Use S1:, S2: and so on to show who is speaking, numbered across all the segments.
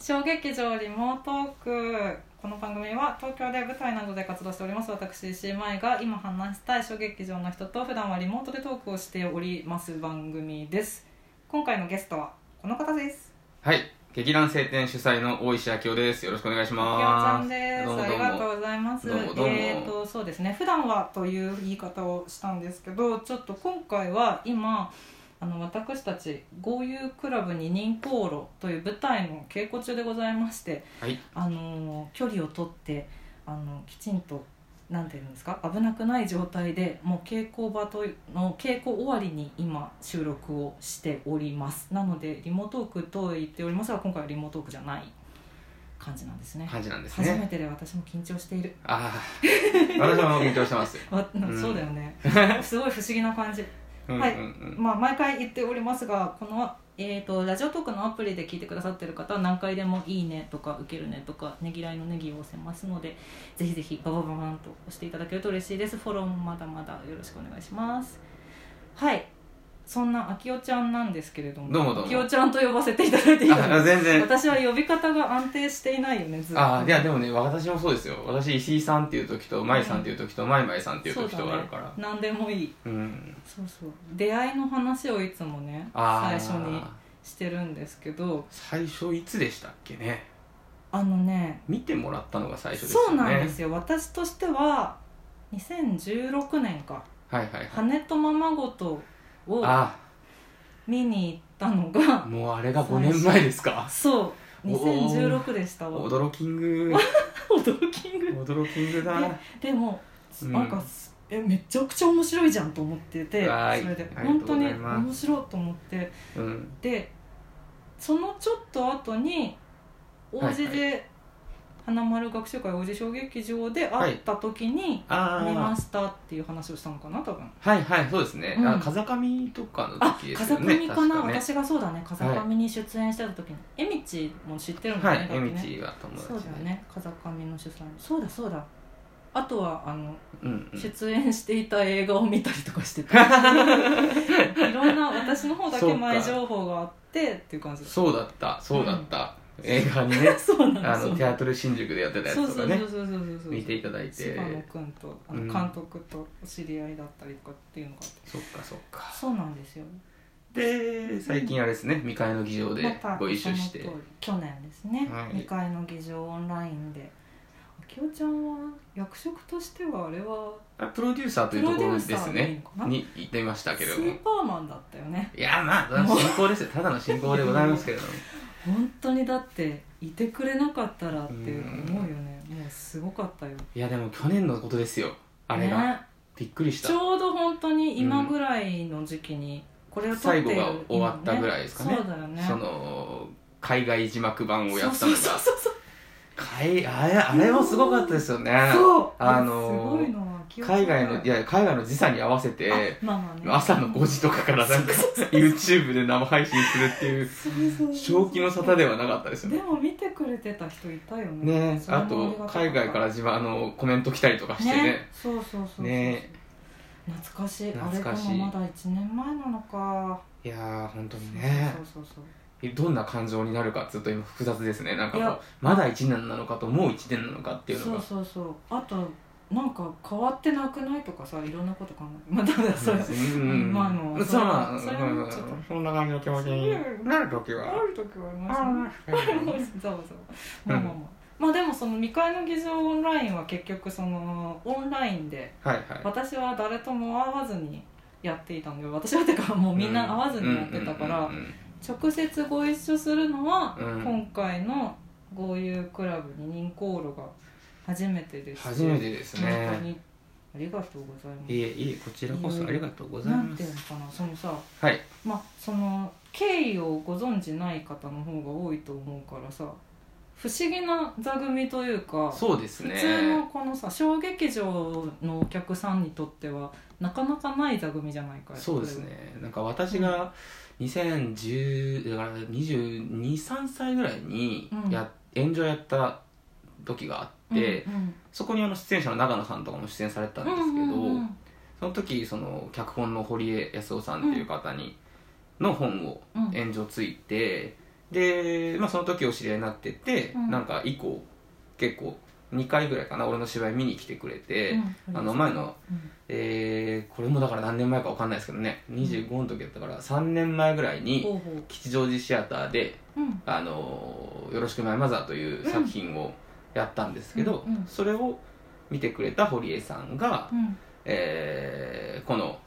S1: 小劇場リモートークこの番組は東京で舞台などで活動しております私石井舞が今話したい小劇場の人と普段はリモートでトークをしております番組です今回のゲストはこの方です
S2: はい、劇団晴天主催の大石明夫です。よろしくお願いし
S1: きおちゃ
S2: ま
S1: ん
S2: す。
S1: です
S2: どうも
S1: あ
S2: ど
S1: り
S2: う
S1: がと
S2: も。
S1: うございます
S2: どうもどうも
S1: えー、とそうですね普段はという言い方をしたんですけどちょっと今回は今あの私たち豪遊クラブ二人航路という舞台の稽古中でございまして
S2: はい、
S1: あの距離を取ってあのきちんとなんていうんですか危なくない状態でもう稽古場との稽古終わりに今収録をしておりますなのでリモートークと言っておりますが今回はリモートークじゃない感じなんですね
S2: 感じなんです
S1: 初め
S2: ね。
S1: てで私も緊張している
S2: ああ、私も緊張して ますよ。
S1: わ
S2: うん
S1: そうだよ ねすごい不思議な感じ
S2: うんうん
S1: はい
S2: うん。
S1: まあ、毎回言っておりますがこの、えー、とラジオトークのアプリで聞いてくださってる方は何回でも「いいね」とか「受けるね」とか「ねぎらいのネギを押せますのでぜひぜひババババンと押していただけると嬉しいですフォローもまだまだよろしくお願いしますはいそんなあきおちゃんなんですけれども
S2: どうもどうも
S1: あきおちゃんと呼ばせていただいていいか
S2: あ、
S1: な
S2: 全然。
S1: 私は呼び方が安定していないよねずっと
S2: ああ、いやでもね、私もそうですよ。私、石井さんっていう時と、舞さんっていう時と、まいまいさんっていう
S1: そ
S2: 時
S1: う
S2: と
S1: だね
S2: あるから。
S1: 何でもいい
S2: うん。
S1: そうそう出会いの話をいつもね
S2: あ
S1: 最
S2: あ、
S1: 初にしてるんですけど
S2: 最初いつでしたっけね。
S1: あのね
S2: 見てもらったのが最初です。
S1: そうなんですすよ私としては2016年か
S2: はいはい
S1: 「
S2: はい。
S1: 羽とままごと」を
S2: あ
S1: 見に行ったの
S2: あ、
S1: が
S2: もうあれが5年前ですか。
S1: そう2016でしたわ
S2: 驚きん ぐ。
S1: 驚きんぐ
S2: 驚きんぐだ。
S1: でも、
S2: うん
S1: なんかえめちゃくちゃ面白いじゃんと思ってて
S2: はい
S1: それで
S2: ありがと
S1: 本
S2: うご
S1: 当
S2: ざ
S1: に
S2: います
S1: 面白いと思って
S2: うん。
S1: でそのちょっと後に王子
S2: は
S1: で花丸学習会王子小劇場で会った時に
S2: ああ。
S1: 見ましたっていう話をしたのかな多分
S2: はいはいそうですね、
S1: う
S2: あ
S1: ん
S2: 風上とかの
S1: あ
S2: 時、です
S1: 風
S2: よね
S1: 上かな
S2: 確ね
S1: 私がそうだね風上に出演してた時にえみちも知ってるんだ
S2: は
S1: ね、
S2: い
S1: だ
S2: え
S1: って
S2: み
S1: ね
S2: ちは友達
S1: そうだよね風上の主催そうだそうだあとはあの、
S2: うんうん
S1: 出演していた映画を見たりとか してたいろんな私の方だけ前情報があってっていう感じだ
S2: そうだったそうだった、映画にね
S1: そうなん
S2: あ
S1: です
S2: の
S1: よ
S2: テアトル新宿でやってたや
S1: そう
S2: つと
S1: そ
S2: か
S1: う
S2: ね
S1: そうそうそうそうそう
S2: 見ていただいて
S1: 菅野君とあの
S2: うん
S1: 監督とお知り合いだったりとかっていうのがあって、
S2: そっかそっか
S1: そうなんですよ
S2: で最近あれですね未開の議場で
S1: また
S2: ご一緒して、
S1: その通り去年ですね、
S2: はい
S1: 2階の議場オンラインできおちゃんは役職としてはあれは
S2: あプロデューサーというところです
S1: プロデューサーでいい
S2: ね
S1: のかな
S2: に行ってみました
S1: ス
S2: けれども
S1: ーパーマンだったよね
S2: い やまあ進行ですよただの進行でございますけれども
S1: 本当にだっていてくれなかったらって思うよねもうすごかったよ
S2: いやでも去年のことですよあれが、
S1: ね
S2: びっくりした
S1: ちょうど本当に今ぐらいの時期にこれを撮ってい
S2: 最
S1: る
S2: 後が終わったぐらいですかね
S1: そうだよね
S2: その海外字幕版をやった
S1: そう
S2: の
S1: そうそう
S2: が
S1: そう
S2: 海あれあれもすごかったですよね
S1: そう
S2: あの
S1: すごいのはきおちゃん
S2: 海外のいや海外の時差に合わせ
S1: あ
S2: て
S1: まあまあね
S2: 朝の5時とかからなんか YouTube で生配信するっていう
S1: そうそうそう
S2: 正気の沙汰ではなかったですよ
S1: で
S2: ね
S1: も見てくれてた人いたよね
S2: ね
S1: それ
S2: あ
S1: もり
S2: と
S1: がた
S2: 海外から自分あのコメント来たりとかしてね
S1: そうそうそうそう
S2: ね
S1: 懐かしい
S2: 懐かしい
S1: あれでもまだ1年前なのか
S2: いやー本当にね
S1: そうそうそう
S2: えどんな感情になるかずっと今複雑ですねなんか
S1: い
S2: も
S1: や
S2: うまだ1年なのかともう1年なのかっていうの
S1: そう
S2: が
S1: そうそうあとなんか変わってなくないとかさいろんなこと考えまあだからそれあ
S2: うん
S1: まあまあ
S2: そうまあ
S1: それは
S2: うん
S1: ちょっと
S2: そんな感じの気持ちになる時は
S1: る時はありましたね
S2: あ
S1: ざわざわまあまあまあまあでもその未開の議場オンラインは結局そのオンラインで
S2: はいはい
S1: 私は誰とも会わずにやっていたので私はてかもうみんな会わずにやってたから
S2: うんうんうんうん
S1: 直接ご一緒するのは
S2: うん
S1: 今回の豪遊クラブ二人航路が初めてです
S2: 初めてです
S1: 本当
S2: ね
S1: にありがとうございます
S2: いえいえこちらこそありがとうござい
S1: なん
S2: ま
S1: ていうの
S2: す
S1: かなそのさ
S2: はい
S1: まあその経緯をご存じない方の方が多いと思うからさ不思議な座組というか
S2: そうです
S1: 普通の
S2: ね
S1: このさ小劇場のお客さんにとってはなかなかない座組じゃないか
S2: そうですねなんか私が2010だから223歳ぐらいに
S1: うん
S2: や炎上やった時があ
S1: こ
S2: っ
S1: れ
S2: て、
S1: うんうん
S2: そこにあの出演者の長野さんとかも出演されてたんですけど、
S1: うんうんうん
S2: その時その脚本の堀江康夫さんっていう方に、の本を
S1: うん
S2: 援助ついて、で、まあ、その時お知り合いになってて、
S1: うん
S2: なんか以降結構2回ぐらいかな俺の芝居見に来てくれて、
S1: うん
S2: あの前の、
S1: うん
S2: えーこれもだから何年前か分かんないですけどね25の時だったから3年前ぐらいに
S1: ほうほう
S2: 吉祥寺シアターで
S1: うん
S2: 「あのーよろしくマイマザー」という作品をやったんですけど、
S1: うんうん
S2: それを見てくれた堀江さんが、
S1: うん
S2: えーこの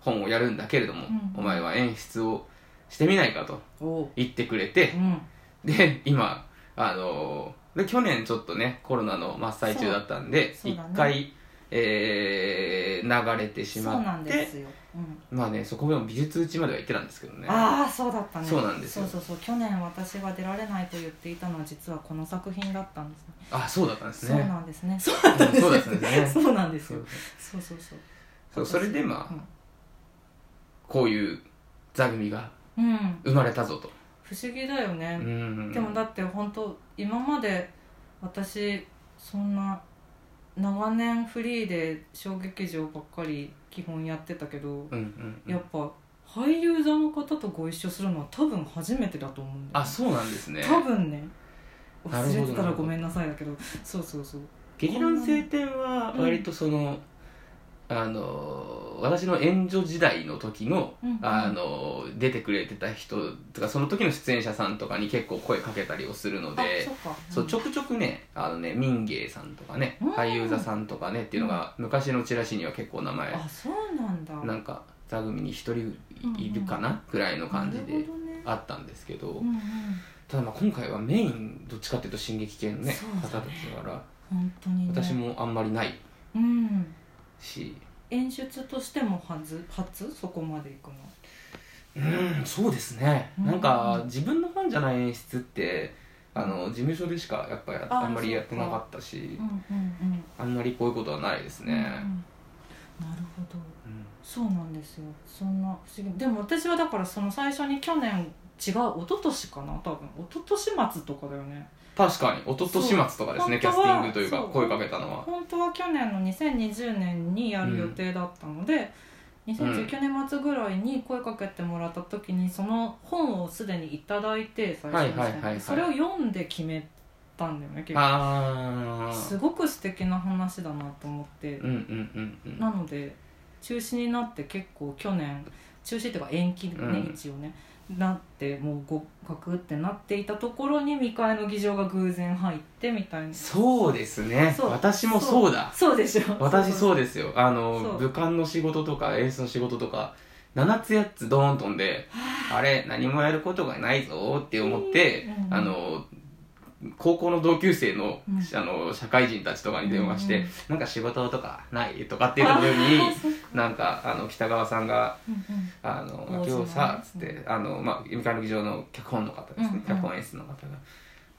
S2: 本をやるんだけれども、
S1: うん
S2: お前は演出をしてみないかと
S1: おう
S2: 言ってくれて
S1: う、ん
S2: で今あので去年ちょっとねコロナの真っ最中だったんで
S1: そう
S2: 一、
S1: そうだね
S2: 回、えー流れてし
S1: そうな
S2: まっ
S1: んで
S2: て
S1: すよ、うん
S2: まあねそこも美術打ちまでは行ってたんですけどね
S1: ああそうだったね
S2: そうなんですよ
S1: そうそうそう去年私が出られないと言っていたのは実はこの作品だったんですね
S2: あそうだったんです
S1: そう
S2: ね
S1: なんですねそうだったんです
S2: そうですね
S1: そうなんです
S2: そ
S1: よ
S2: う
S1: そうそうそう
S2: そうそれでまあ、
S1: うん
S2: こういう座組が
S1: うん
S2: 生まれたぞと、
S1: 不思議だよね
S2: う、ん
S1: でもだって本当今まで私そんな長年フリーで小劇場ばっかり基本やってたけど、
S2: うんうんうん
S1: やっぱ俳優座の方とご一緒するのは多分初めてだと思うんだよ
S2: あそうなんですね
S1: 多分ね
S2: なるほど
S1: 忘れてたらごめんなさいだけどそうそうそう
S2: 劇団青天は割とその、あの私の援助時代の時の
S1: うんうん
S2: あの出てくれてた人とかその時の出演者さんとかに結構声かけたりをするの
S1: あ
S2: で
S1: そっか
S2: そうちょくちょくねあのね民芸さんとかね
S1: うん
S2: 俳優座さんとかねっていうのが昔のチラシには結構名前
S1: あそうなんだ
S2: なんか座組に一人いるかなぐらいの感じ
S1: なる
S2: で
S1: ほどね
S2: あったんですけど
S1: うんうん
S2: ただまあ今回はメインどっちかっていうと進撃系のね
S1: そう
S2: 方
S1: だ
S2: だ
S1: ね
S2: ったから
S1: 本当にね
S2: 私もあんまりない
S1: うん
S2: し
S1: 演出としても初初そこまで行くの
S2: うんそうですね、
S1: うん
S2: なんか自分の本じゃない演出ってあの事務所でしかやっぱり
S1: あ
S2: あんまりやってなかった
S1: う
S2: し
S1: んうんうん
S2: あんまりこういうことはないです
S1: うんうん
S2: ね、
S1: なるほど
S2: うん
S1: そうなんですよそんな不思議でも私はだからその最初に去年違う一昨年かな多分一昨年末とかだよね
S2: 確かに一昨年末とかですねキ
S1: そ
S2: ャ
S1: う
S2: スティングというか
S1: 本当は
S2: 声かけたのは
S1: 本当は去年の2020年にやる予定だったので、2019年末ぐらいに声かけてもらった時にその本をすでにいただいて最初に
S2: はいはいはいはい
S1: それを読んで決めたんだよね結構
S2: ああ
S1: すごく素敵な話だなと思って、
S2: うんうんうんうん
S1: なので中止になって結構去年中止っていうか延期ね、
S2: うん
S1: 一応ねなってもう合格ってなっていたところに未開の議場が偶然入ってみたいな
S2: そうですね
S1: そう
S2: 私もそうだ
S1: そうでしょ
S2: 私
S1: う
S2: そうですよあ
S1: そ
S2: の
S1: う
S2: 武漢の仕事とか演出の仕事とか7つ8つドーン飛んであれ何もやることがないぞって思って、
S1: うん
S2: あの高校の同級生の,、
S1: うん
S2: あの社会人たちとかに電話して、
S1: うん
S2: なんか仕事とかないとかっていうところに
S1: あーそっか
S2: なんかあの北川さんが
S1: うんうん
S2: 「あの
S1: 王子の
S2: 今日さ」つっ
S1: う
S2: てあの、まあ、ゆみかの劇場の脚本の方ですね、
S1: うんうん
S2: 脚本演出の方が。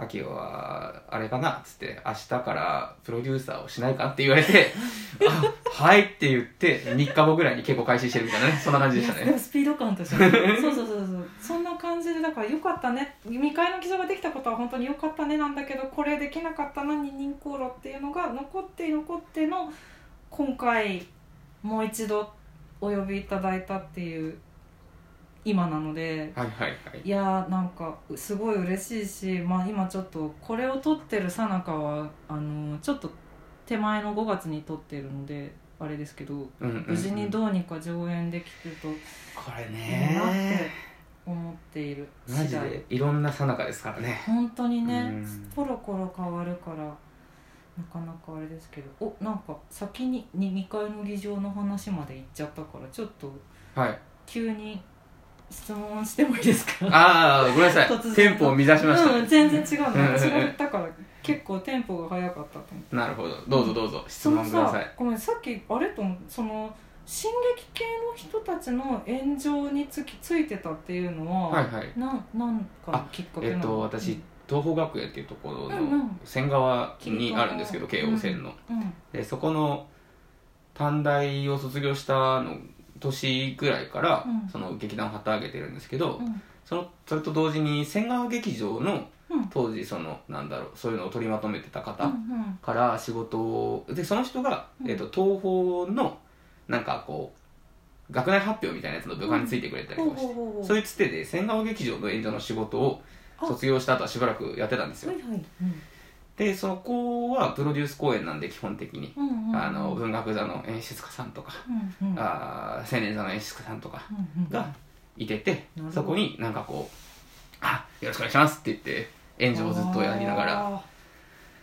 S2: 秋はあれかなっつって明日からプロデューサーをしないかって言わ れて「あはい」って言って3日後ぐらいに結構開始してるみたいなねそんな感じでした
S1: いやで
S2: ね
S1: もスピード感としてはそうそうそうそうそんな感じでだからよかったね未開の基礎ができたことは本当によかったねなんだけどこれできなかったな二人航路っていうのが残って残っての今回もう一度お呼びいただいたっていう今なので
S2: はいはいはい
S1: いやーなんかすごい嬉しいし、まあ、今ちょっとこれを撮ってるさなかはあのーちょっと手前の5月に撮ってるのであれですけど
S2: うんうんうん
S1: 無事にどうにか上演できてると
S2: これ
S1: いいなって
S2: ね
S1: 思っている
S2: マ
S1: 次
S2: ジ
S1: 第
S2: でいろんなさなかですからね
S1: 本当にね
S2: うん
S1: コロコロ変わるからなかなかあれですけどおなんか先に2階の議場の話まで行っちゃったからちょっと
S2: はい
S1: 急に質問してもいいですか
S2: ああごめんなさ
S1: 突然
S2: いテンポを乱しました、
S1: うん、全然違う
S2: うんうん
S1: の
S2: うん
S1: 私が言ったから結構テンポが速かったと思う
S2: なるほどどうぞどうぞ質
S1: その
S2: 問くださ
S1: さ
S2: い
S1: ごめんさっきあれと思うその進撃系の人たちの炎上につきついてたっていうのは、
S2: はいはい
S1: なんなんかのきっかけ
S2: え
S1: なの
S2: っと私東邦学園っていうところの
S1: うんうん
S2: 仙川にあるんですけど
S1: 聞い
S2: 京
S1: た
S2: 王線の、
S1: うんうん
S2: でそこの短大を卒業したの年ぐらいから、
S1: うん
S2: その劇団を旗揚げてるんですけど、
S1: うん
S2: そのそれと同時に仙川劇場の
S1: うん
S2: 当時そのなんだろうそういうのを取りまとめてた方、
S1: うんうん
S2: から仕事をでその人が、
S1: うん
S2: えっと東宝のなんかこう学内発表みたいなやつの部下についてくれたりとかして、
S1: ほうほうほうほう
S2: そういうつてで千川劇場の演者の仕事を
S1: あ
S2: 卒業した後はしばらくやってたんですよ
S1: はいはい
S2: でそこはプロデュース公演なんで基本的に、
S1: うんうんうん
S2: あの文学座の演出家さんとか、
S1: うんうん
S2: あー青年座の演出家さんとか
S1: うんうん
S2: がいてて、
S1: なるほど
S2: そこになんかこう「あよろしくお願いします」って言って演者をずっとやりながら
S1: あー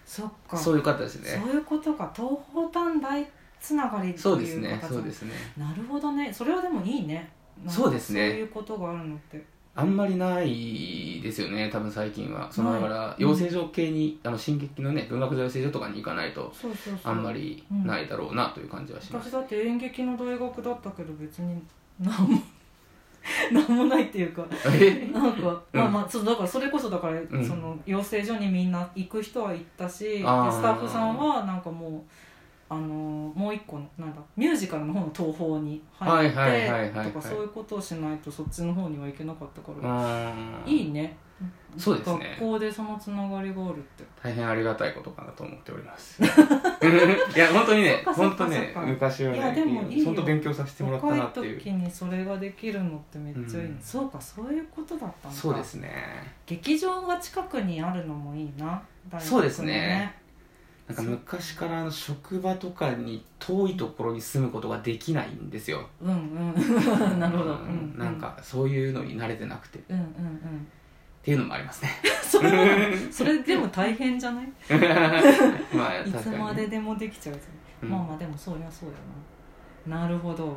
S1: そっか
S2: そういう方ですね
S1: そういうことか東方短大つながりってい
S2: そうですね
S1: 形
S2: そうですね
S1: なるほどねそれはでもいいねなんか
S2: そうですね
S1: そういうことがあるのって
S2: あんまりないですよね多分最近はその
S1: な
S2: だ
S1: い
S2: から養成所系に、あの進撃のね文学座養成所とかに行かないと
S1: そうそうそう
S2: あんまりないだろうなという感じはします、
S1: 私だって演劇の大学だったけど別に何も 何もないっていうか
S2: え
S1: なんか、
S2: うん
S1: まあまあそうだからそれこそだから、
S2: ん
S1: その養成所にみんな行く人は行ったしでスタ
S2: あー
S1: ッフさんはなんかもうあのーもう一個のなんだミュージカルの方の東宝に入っ
S2: はいはいはいはいはい
S1: てとかそういうことをしないとそっちの方には行けなかったか
S2: う
S1: ら、
S2: ーん
S1: いいね
S2: そうですね
S1: 学校でそのつながりがあるって
S2: 大変ありがたいことかなと思っておりま すいや本当にね
S1: そっかそっか
S2: 本当ね
S1: そっか
S2: 昔はね
S1: いやでもいいよ
S2: 本当勉強させてもらったなって
S1: 若
S2: い
S1: いう時にそれができるのってめっちゃいい、
S2: うん
S1: そうかそういうことだったんだ
S2: そうですね
S1: 劇場が近くにあるのもいいな大学の
S2: そうですねなんか昔からあの職場とかに遠いところに住むことができないんですよ
S1: うんうん なるほど、う
S2: うん
S1: うん、
S2: なんかそういうのに慣れてなくてっ
S1: うんうんうん
S2: ていうのもありますね
S1: それはそれでも大変じゃない
S2: まあ
S1: い
S2: 確
S1: つ
S2: か
S1: ま
S2: に
S1: ででもできちゃうじゃない
S2: うん
S1: まあまあでもそうりゃそうだよななるほど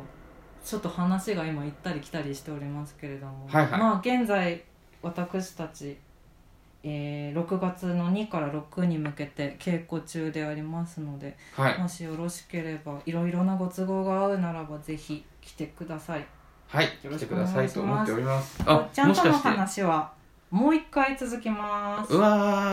S1: ちょっと話が今行ったり来たりしておりますけれども、
S2: はいはい
S1: まあ現在私たち、えー6月の2から6に向けて稽古中でありますので
S2: はい
S1: もしよろしければいろいろなご都合が合うならばぜひ来てください
S2: はい
S1: よろ
S2: 来
S1: し
S2: て
S1: く
S2: く
S1: お願
S2: だ
S1: いし
S2: さ
S1: ます
S2: いと思っております
S1: おっ
S2: あ
S1: ちゃん
S2: も
S1: と
S2: しか
S1: の
S2: して
S1: 話はもう一回続きます
S2: うわー